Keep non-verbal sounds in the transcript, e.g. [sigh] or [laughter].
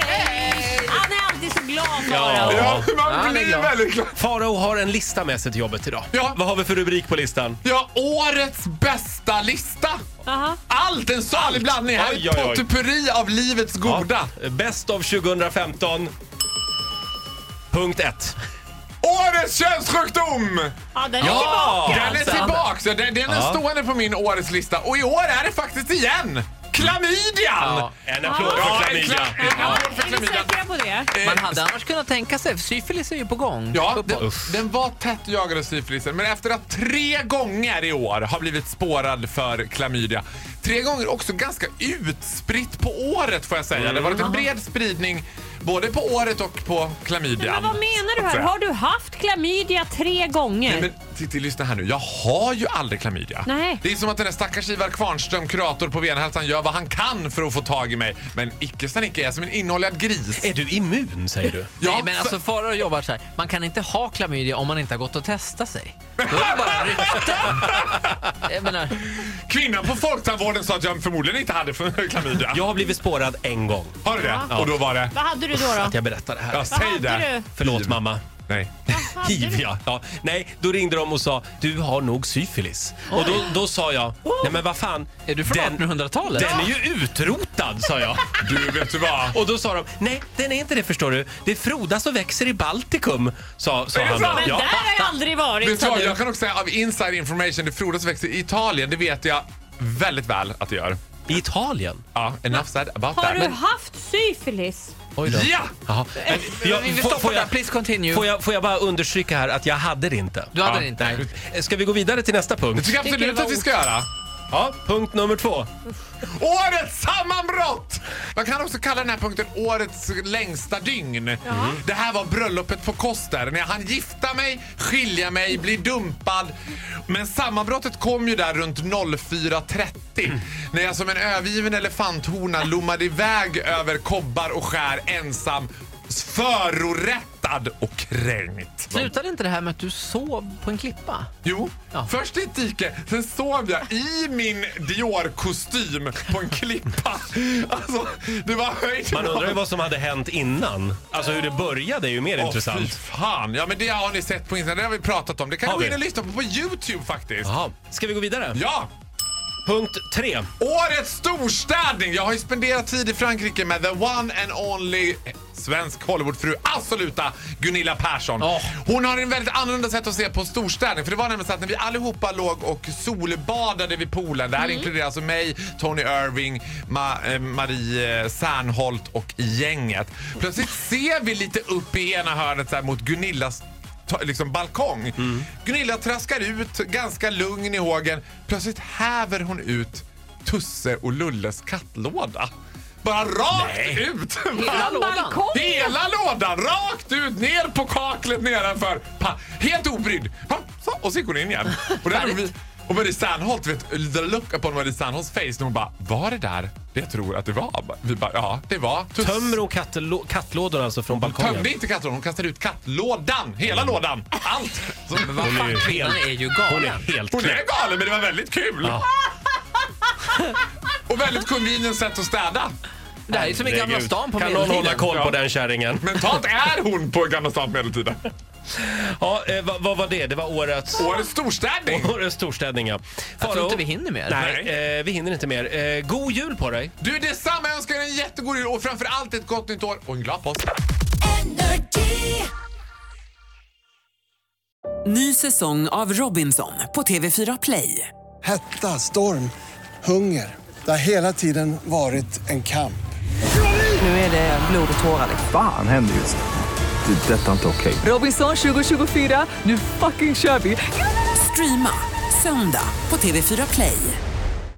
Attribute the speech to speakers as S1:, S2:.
S1: Hej på dig! Han är alltid så glad
S2: Ja.
S1: Farao.
S3: Ja,
S2: Ja,
S3: man
S2: det är
S3: blir
S2: glad.
S3: väldigt glad.
S2: Farao har en lista med sig till jobbet idag.
S3: Ja.
S2: Vad har vi för rubrik på listan?
S3: Ja, årets bästa lista.
S1: Aha.
S3: Allt, en salig blandning. Här
S2: Oj,
S3: är
S2: oj, oj.
S3: ett potpurri av livets goda.
S2: Bäst av 2015. Punkt 1.
S3: Årets könssjukdom!
S1: Ja, den är
S2: Ja.
S1: tillbaka
S3: Den är
S1: alltså.
S3: tillbaks. Den, den är
S2: Ja.
S3: stående på min årets lista. Och i år är det faktiskt igen. Klamydian!
S2: En applåd
S3: Ja,
S2: för
S3: en
S2: klamydia.
S3: kla- en applåd för
S1: Är ni
S3: klamydian.
S1: säkra på det?
S4: Man hade annars kunnat tänka sig, för syfilis är ju på gång.
S3: Ja, den,
S2: Usch.
S3: den var tätt jagad av syfilisen, men efter att tre gånger i år har blivit spårad för klamydia. Tre gånger också ganska utspritt på året får jag säga. Det har varit en
S4: Mm.
S3: bred spridning både på året och på klamydian.
S1: Men vad menar du här? Har du haft klamydia tre gånger?
S3: Men Titti, lyssna här nu. Jag har ju aldrig klamydia.
S1: Nej.
S3: Det är som att den där stackars Ivar Kvarnström, kurator på Venhälsan, gör vad han kan för att få tag i mig. Men icke sa Nicke, jag är som en inåldad gris.
S2: Är du immun säger du?
S3: Ja,
S4: Eh, Nej, men
S3: för-
S4: alltså Farao jobbar så här. Man kan inte ha klamydia om man inte har gått och
S3: [laughs]
S4: testat sig. Då är det bara rykten. Jag menar,
S3: Kvinnan på Folktandvården sa att jag förmodligen inte hade för [laughs] klamydia.
S2: Jag har blivit spårad en gång.
S3: Har du det?
S2: Ja.
S3: Och då var det?
S1: Vad hade du då? då?
S2: Att jag berättar det här.
S3: Ja, säg
S1: hade
S3: det.
S2: Förlåt mamma.
S3: Nej.
S1: Vad hade
S2: Hiv
S1: du?
S2: ja. ja. Nej, då ringde de och sa du har nog syfilis. Och då, då sa jag, nej men vad fan.
S4: är du från
S2: den,
S4: 1800-talet?
S2: den är ju utrotad sa jag.
S3: Du, vet du vad?
S2: Och då sa de, nej den är inte det förstår du. Det frodas och växer i Baltikum, sa, sa
S3: Är det
S2: han då.
S3: sant?
S1: Men där har jag aldrig varit
S3: Vet du
S1: sa
S3: vad?
S1: du.
S3: Jag kan också säga av inside information, det frodas och växer i Italien. Det vet jag väldigt väl att det gör.
S2: I Italien?
S3: Ja, enough said about
S1: Har
S3: that.
S1: du haft syfilis?
S2: Oj då.
S3: Ja!
S2: Jaha. Men jag-
S4: vi vill
S2: får-
S4: stoppa
S2: får jag-
S4: där, please continue.
S2: Får jag, får jag bara understryka här att jag hade det inte. Eh,
S4: Du hade
S3: Ja,
S4: det inte?
S3: nej.
S2: Ska vi gå vidare till nästa
S3: Det
S2: punkt?
S3: tycker jag
S1: Tycker det
S3: absolut
S1: var
S3: att vi ska göra.
S2: Ja, punkt nummer två.
S3: Årets sammanbrott! Man kan också kalla den här punkten årets längsta dygn. Det här var bröllopet på Koster. När jag hann gifta mig, skilja mig, bli dumpad. Men sammanbrottet kom ju där runt 04.30. När jag som en övergiven elefanthona lommade iväg över kobbar och skär ensam. Förorättad och kränkt.
S4: Slutade inte det här med att du sov på en klippa?
S3: Jo,
S4: Ja.
S3: först i ett dike, sen sov jag i min Dior-kostym på en klippa. Alltså, det var höjd.
S2: Man undrar ju vad som hade hänt innan. Alltså hur det började är ju mer
S3: Åh, fy
S2: intressant.
S3: fan. Ja, men det har ni sett på internet. Det har vi pratat om. Det kan
S2: Har
S3: ni gå
S2: vi?
S3: in och lyssna på på YouTube faktiskt.
S2: Jaha. Ska vi gå vidare?
S3: Ja!
S2: Punkt tre.
S3: Årets storstädning! Jag har ju spenderat tid i Frankrike med the one and only svensk Hollywoodfru, absoluta Gunilla Persson.
S4: Ja.
S3: Hon har en väldigt annorlunda sätt att se på storstädning. För det var nämligen så att när vi allihopa låg och solbadade vid poolen, det här inkluderar alltså mig, Tony Irving, Ma- eh, Marie eh, Serneholt och gänget. Plötsligt ser vi lite upp i ena hörnet så här mot Gunillas ta- liksom balkong. Gunilla traskar ut, ganska lugn i hågen. Plötsligt häver hon ut Tusse och Lulles kattlåda. Bara rakt ut!
S4: Hela lådan?
S1: Balkong?
S3: Hela lådan! Rakt ut, ner på kaklet nedanför. Pa, helt obrydd. Pa, så, och så gick hon in igen. Och, där, vi, och Marie Serneholt, vet, the look upon Marie Serneholts face när hon bara “Var det där det jag tror att det var?” Vi bara “Ja, det var Tusse."
S2: Tömmer hon kattelå- kattlådorna alltså från balkongen?
S3: Tömde inte kattlådan, hon kastade ut kattlådan. Hela
S2: Mm.
S3: lådan. Allt. Så,
S4: Men vad fan, kvinnan är ju
S2: Hon
S4: galen.
S2: är helt
S3: Hon
S2: knäpp.
S3: är galen men det var väldigt kul.
S2: Ja.
S3: Och väldigt convenient sätt att städa.
S4: Det här är ju som i Gamla stan på
S2: Kan någon hålla
S4: medeltiden.
S2: koll på den kärringen?
S3: Mentalt är hon på Gamla stan på medeltiden.
S2: Ja, eh, vad, vad var det? Det var årets...
S3: Årets storstädning.
S2: [laughs] Årets storstädning, ja.
S4: Jag
S2: Faro?
S4: tror inte vi hinner mer.
S2: Nej, eh, vi hinner inte mer. Eh, god jul på dig!
S3: Du detsamma, jag önskar er en jättegod jul och framförallt ett gott nytt år och en glad påsk.
S5: Ny säsong av Robinson på TV4 Play.
S6: Hetta, storm, hunger. Det har hela tiden varit en kamp.
S5: Nu är det blod och tårar.
S7: Fan händer just nu. Det. är Detta är inte okej.
S5: Robinson 2024, nu fucking kör vi! Streama söndag på TV4 Play.